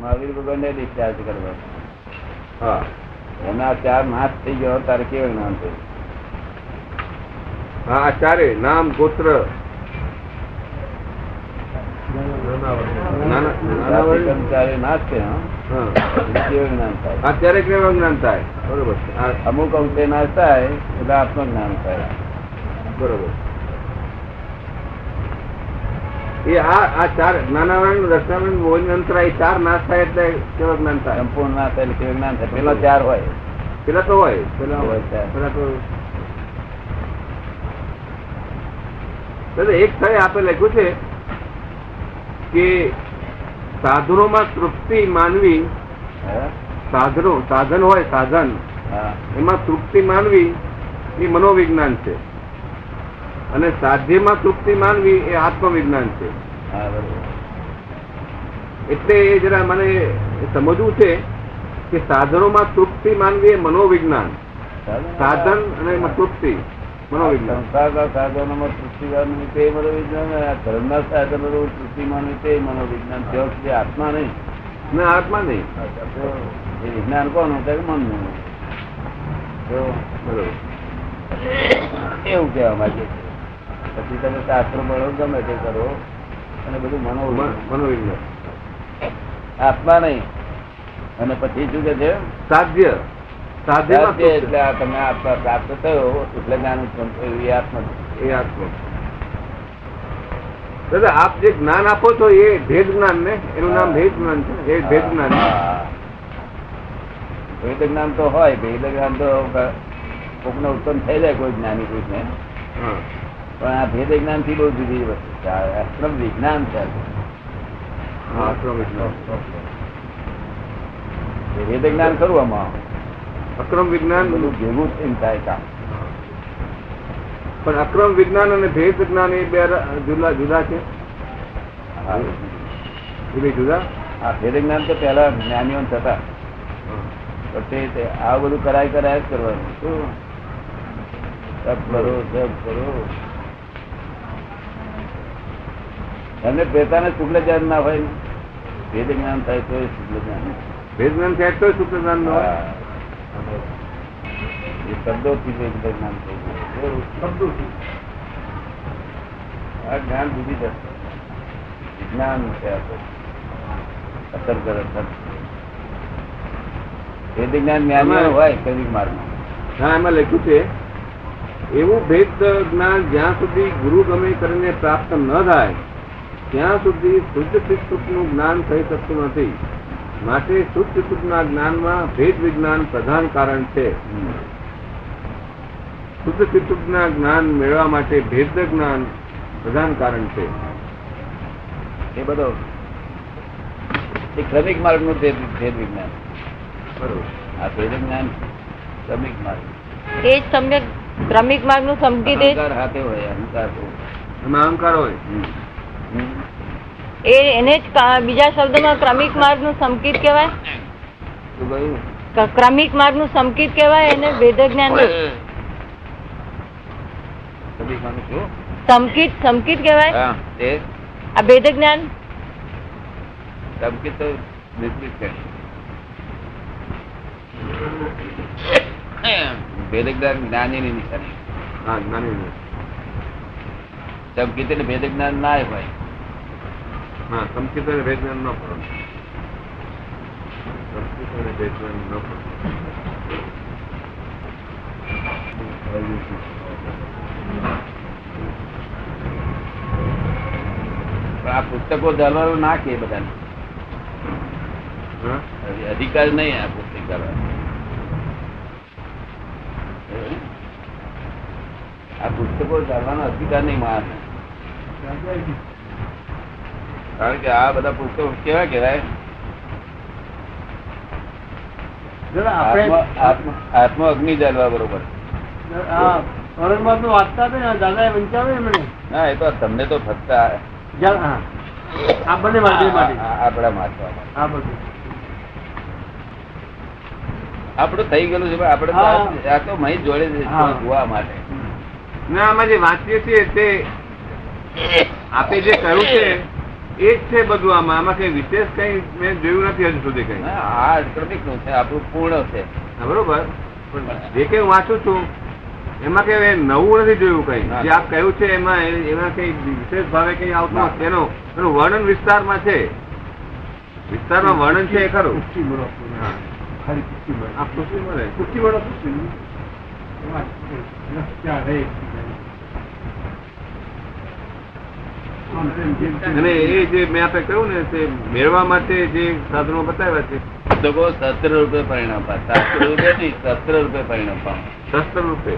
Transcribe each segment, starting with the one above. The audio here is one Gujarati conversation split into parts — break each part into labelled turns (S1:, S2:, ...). S1: મહાવીર ભગવાનને discharge કરવા
S2: હા
S1: એના ચાર નાશ થઈ ગયો તારે કેવું નામ થયું?
S2: હા આ ચારે નામ ગોત્ર નાના- નાના
S1: જાતિકર્મ
S2: વર્ગ.
S1: ચારે નાશ છે હં?
S2: હા.
S1: કેવું નામ થાય
S2: આ ચારે કેવા જ્ઞાન થાય બરોબર છે. આ-
S1: અમુક અંશે નાશ થાય એટલે આપનું જ્ઞાન થાય
S2: બરોબર એ આ આ ચાર નાનાવરણ દર્શનાવરણ મોહિની અંતરા એ ચાર નાશ થાય એટલે કેવા જ્ઞાન થાય
S1: સંપૂર્ણ નાશ થાય એટલે કેવું જ્ઞાન થાય પેલા ચાર હોય
S2: પેલા તો હોય પેલા હોય
S1: હોય ચાર.
S2: પેલા તો દાદા એક સ્થળે આપે લખ્યું છે કે સાધનોમાં તૃપ્તિ માનવી
S1: હે?
S2: સાધનો સાધન હોય સાધન
S1: હા
S2: એમાં તૃપ્તિ માનવી એ મનોવિજ્ઞાન છે અને સાધ્યમાં તૃપ્તિ માનવી એ આત્મવિજ્ઞાન છે
S1: હા બરોબર
S2: એટલે એ જરા મને સમજવું છે કે સાધનોમાં તૃપ્તિ માનવી એ મનોવિજ્ઞાન સાધન અને એમાં તૃપ્તિ મનોવિજ્ઞાન
S1: સંસારના સાધનોમાં તૃપ્તિમાન વિશે એ મનોવિજ્ઞાન અને આ ધર્મના સાધનોનું તૃપ્તિમાન વિશે એ મનોવિજ્ઞાન ત્યાં સુધી આત્મા નહીં
S2: ને આત્મા નહીં
S1: તો એ વિજ્ઞાન કોનું તો કે મનનું તો
S2: બરોબર
S1: એવું કહેવા માંગે છે પછી તમે શાસ્ત્ર ભણો ગમે તે કરો અને બધું મનો
S2: મન- મનોવિજ્ઞાન
S1: આત્મા નહીં અને પછી શું કે છે
S2: સાધ્ય સાધ્યમાં
S1: સાધ્ય
S2: તૃપ્તિ.
S1: એટલે આ તમે આત્મા પ્રાપ્ત થયો એટલે જ્ઞાન ઉત્પન્ન થયું એ આત્મા
S2: એ આત્મા દાદા આપ જે જ્ઞાન આપો છો એ ભેદ જ્ઞાન ને એનું નામ ભેદ જ્ઞાન છે એ ભેદ જ્ઞાન
S1: હા. ભેદ જ્ઞાન તો હોય ભેદ જ્ઞાન તો કોકને ઉત્પન્ન થઈ જાય કોઈ જ્ઞાની પુરુષને
S2: હા.
S1: પણ આ ભેદ જ્ઞાન થી બહુ જુદી વસ્તુ છે આ આશ્રમ વિજ્ઞાન છે
S2: હા, અક્રમ વિજ્ઞાન
S1: ભેદ જ્ઞાન ખરું આમાં
S2: અક્રમ વિજ્ઞાન
S1: બધું ભેગું જ એમ થાય કામ
S2: પણ અક્રમ વિજ્ઞાન અને ભેદ જ્ઞાન એ બે ર- જુદા જુદા છે
S1: હા.
S2: એ બે જુદા
S1: આ ભેદ જ્ઞાન તો પહેલા જ્ઞાનીઓ થતા પછી તે આ બધું કરાય કરાય જ કરવાનું શું તપ કરો જપ કરો એમને પોતાને શુક્લ જ્ઞાન ના હોય ને વેદ જ્ઞાન થાય તો શુક્લ જ્ઞાન
S2: ભેદ જ્ઞાન છે તો શુક્લ જ્ઞાન નો હોય
S1: હા. એ શબ્દોથી વેદ જ્ઞાન થઈ ગયું કેવું? આ જ્ઞાન જુદી જશે વિજ્ઞાન છે આ તો અસર કરે વેદ જ્ઞાન જ્ઞાન હોય કદી માર્ગમાં
S2: હા એમાં લખ્યું છે એવું ભેદ જ્ઞાન જ્યાં સુધી ગુરુ ગમે કરીને પ્રાપ્ત ન થાય ત્યાં સુધી શુદ્ધ ચિત્ત સુખનું જ્ઞાન થઈ શકતું નથી માટે શુદ્ધ સુખના જ્ઞાનમાં ભેદ વિજ્ઞાન પ્રધાન કારણ છે
S1: હમ.
S2: શુદ્ધ ચિત્તના જ્ઞાન મેળવવા માટે ભેદ જ્ઞાન પ્રધાન કારણ છે
S1: એ બધો એ ક્રમિક માર્ગ નું ભેદ ભેદ વિજ્ઞાન
S2: બરોબર
S1: આ ભેદ વિજ્ઞાન ક્રમિક માર્ગ
S3: એ જ સમ્યક ક્રમિક માર્ગનું સમજી દે
S1: અહંકાર હાથે હોય અહંકાર તો.
S2: એમાં અહંકાર હોય
S1: હમ. હમ.
S3: એ એને જ ક- બીજા શબ્દમાં ક્રમિક માર્ગનું સંકેત કહેવાય
S1: શું કહ્યું?
S3: ક- ક્રમિક માર્ગનું સંકેત કહેવાય એને વેદ જ્ઞાન
S1: ક્રમિક માર્ગનું શું?
S3: સંકેત સંકેત કહેવાય
S1: હા, એ
S3: આ વેદ જ્ઞાન
S1: ધમકી તો વિપરીત છે. ભેદ જ્ઞાન જ્ઞાનીની નિશાની
S2: હા જ્ઞાની
S1: ધમકી તેને ભેદ જ્ઞાન ના હોય
S2: હા સંકિત અને ભેદ જ્ઞાન ન કરો સંકિત અને ભેદ જ્ઞાન ન કરો
S1: પણ આ પુસ્તકો જાણવાનું ના કે બધાને
S2: હા
S1: અધિકાર નહીં આ પુસ્તક જાણવાનો. આ પુસ્તકો જાણવાનો અધિકાર નહીં માણસને. કારણ કે આ બધા પુસ્તકો કેવા કહેવાય
S4: જરા
S1: આત્મા
S4: આપણે
S1: આત્મા- આત્મા અગ્નિ જાળવા બરોબર
S4: આ ઔરંગાબાદ નું વાંચતા હતા ને દાદા વંચાવે એમણે
S1: ના એ તો તમને તો ફક્ત
S4: જરા હા આ બંને માટે માટે
S1: આપડા માથવા
S4: આ બધું
S1: આપડું થઈ ગયેલું છે પણ આપણે તો આ- આ તો મહી જોડે જ છે,
S4: હા.
S1: જોવા માટે
S2: ના આમાં જે વાંચીએ છીએ તે આપે જે કહ્યું છે એ જ છે બધું આમાં આમાં કઈ વિશેષ કઈ મેં જોયું નથી હજુ સુધી કઈ
S1: ના, આ ક્રમિકનું છે આપણું પૂર્ણ છે
S2: હા, બરોબર પણ જે કઈ હું વાંચું છું એમાં કઈ હવે નવું નથી જોયું કઈ
S1: ના.
S2: જે આપ કહ્યું છે એમાં એ- એમાં કઈ વિશેષ ભાવે કઈ આવતું
S1: ના.
S2: નથી. એનો એનું વર્ણન વિસ્તારમાં છે વિસ્તારમાં વર્ણન છે એ ખરું
S4: પુષ્ટિ મળો આપણને.
S2: હા.
S4: ખાલી પુષ્ટિ મળે.
S2: આ પુષ્ટિ મળે
S4: પુષ્ટિ મળો, પુષ્ટિ મળો. એમાં જ છે. રસ્તા રહે એકબીજાને. આમ તેમ જેમ તેમ.
S2: અને એ જે મેં આપણે કહ્યું ને તે મેળવા માટે જે સાધનો બતાવ્યા છે
S1: પુસ્તકો સત્તર રૂપે પરિણામ પામે સાતસો રૂપિયા નહીં સત્તર રૂપે પરિણામ પામે
S2: શસ્ત્ર રૂપે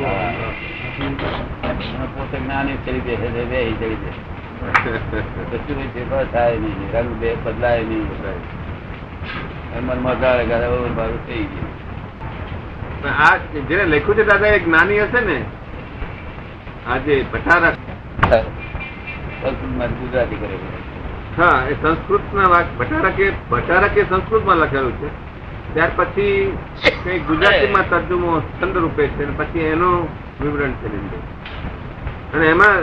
S1: હા. પોતે જ્ઞાની ચડી જશે તે વ્યય ચડી જશે કશું ફેરફાર થાય નહીં રંગ બે બદલાય નહીં એમ મનમાં ધારે કે હવે મારું થઈ ગયું
S2: પણ આ જેને લખ્યું છે દાદા એ જ્ઞાની હશે ને આ જે પઠારા
S1: સંસ્કૃતમાં ગુજરાતી કરે
S2: હા એ સંસ્કૃતના વાક ભટારકે ભટારકે સંસ્કૃતમાં લખેલું છે ત્યાર પછી કઈ ગુજરાતીમાં તર્જુમો છંદ રૂપે છે અને પછી એનું વિવરણ છે નીચે. અને એમાં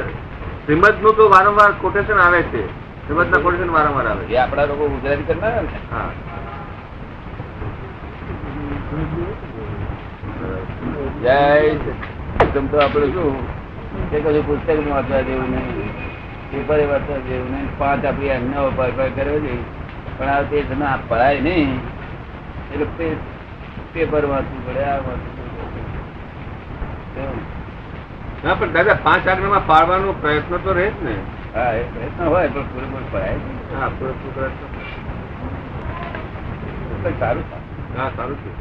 S2: શ્રીમદનું તો વારંવાર કોટેશન આવે છે શ્રીમદના કોટેશન વારંવાર આવે
S1: એ
S2: છે
S1: આપણા લોકો ગુજરાતી કરનારા ને
S2: હા
S1: જય એકદમ તો આપણે શું કે કશું પુસ્તક વાંચવા જેવું નહીં પેપરે વાંચવા જેવું નહીં પાંચ આપણી અન્ન ઉપાય ઉપાય કરવો જોઈએ પણ આ તે તમે આ પડાય નહીં એટલે પે- પેપર વાંચવું પડે આ વાંચવું પડે એવું.
S2: હા પણ દાદા પાંચ આજ્ઞામાં પાડવાનો પ્રયત્ન તો રહે જ ને
S1: હા એ પ્રયત્ન હોય પણ પૂરેપૂર પડાય નહીં.
S2: હા પૂરેપૂરો પ્રયત્ન.
S1: એટલે સારું થાય.
S2: હા સારું છે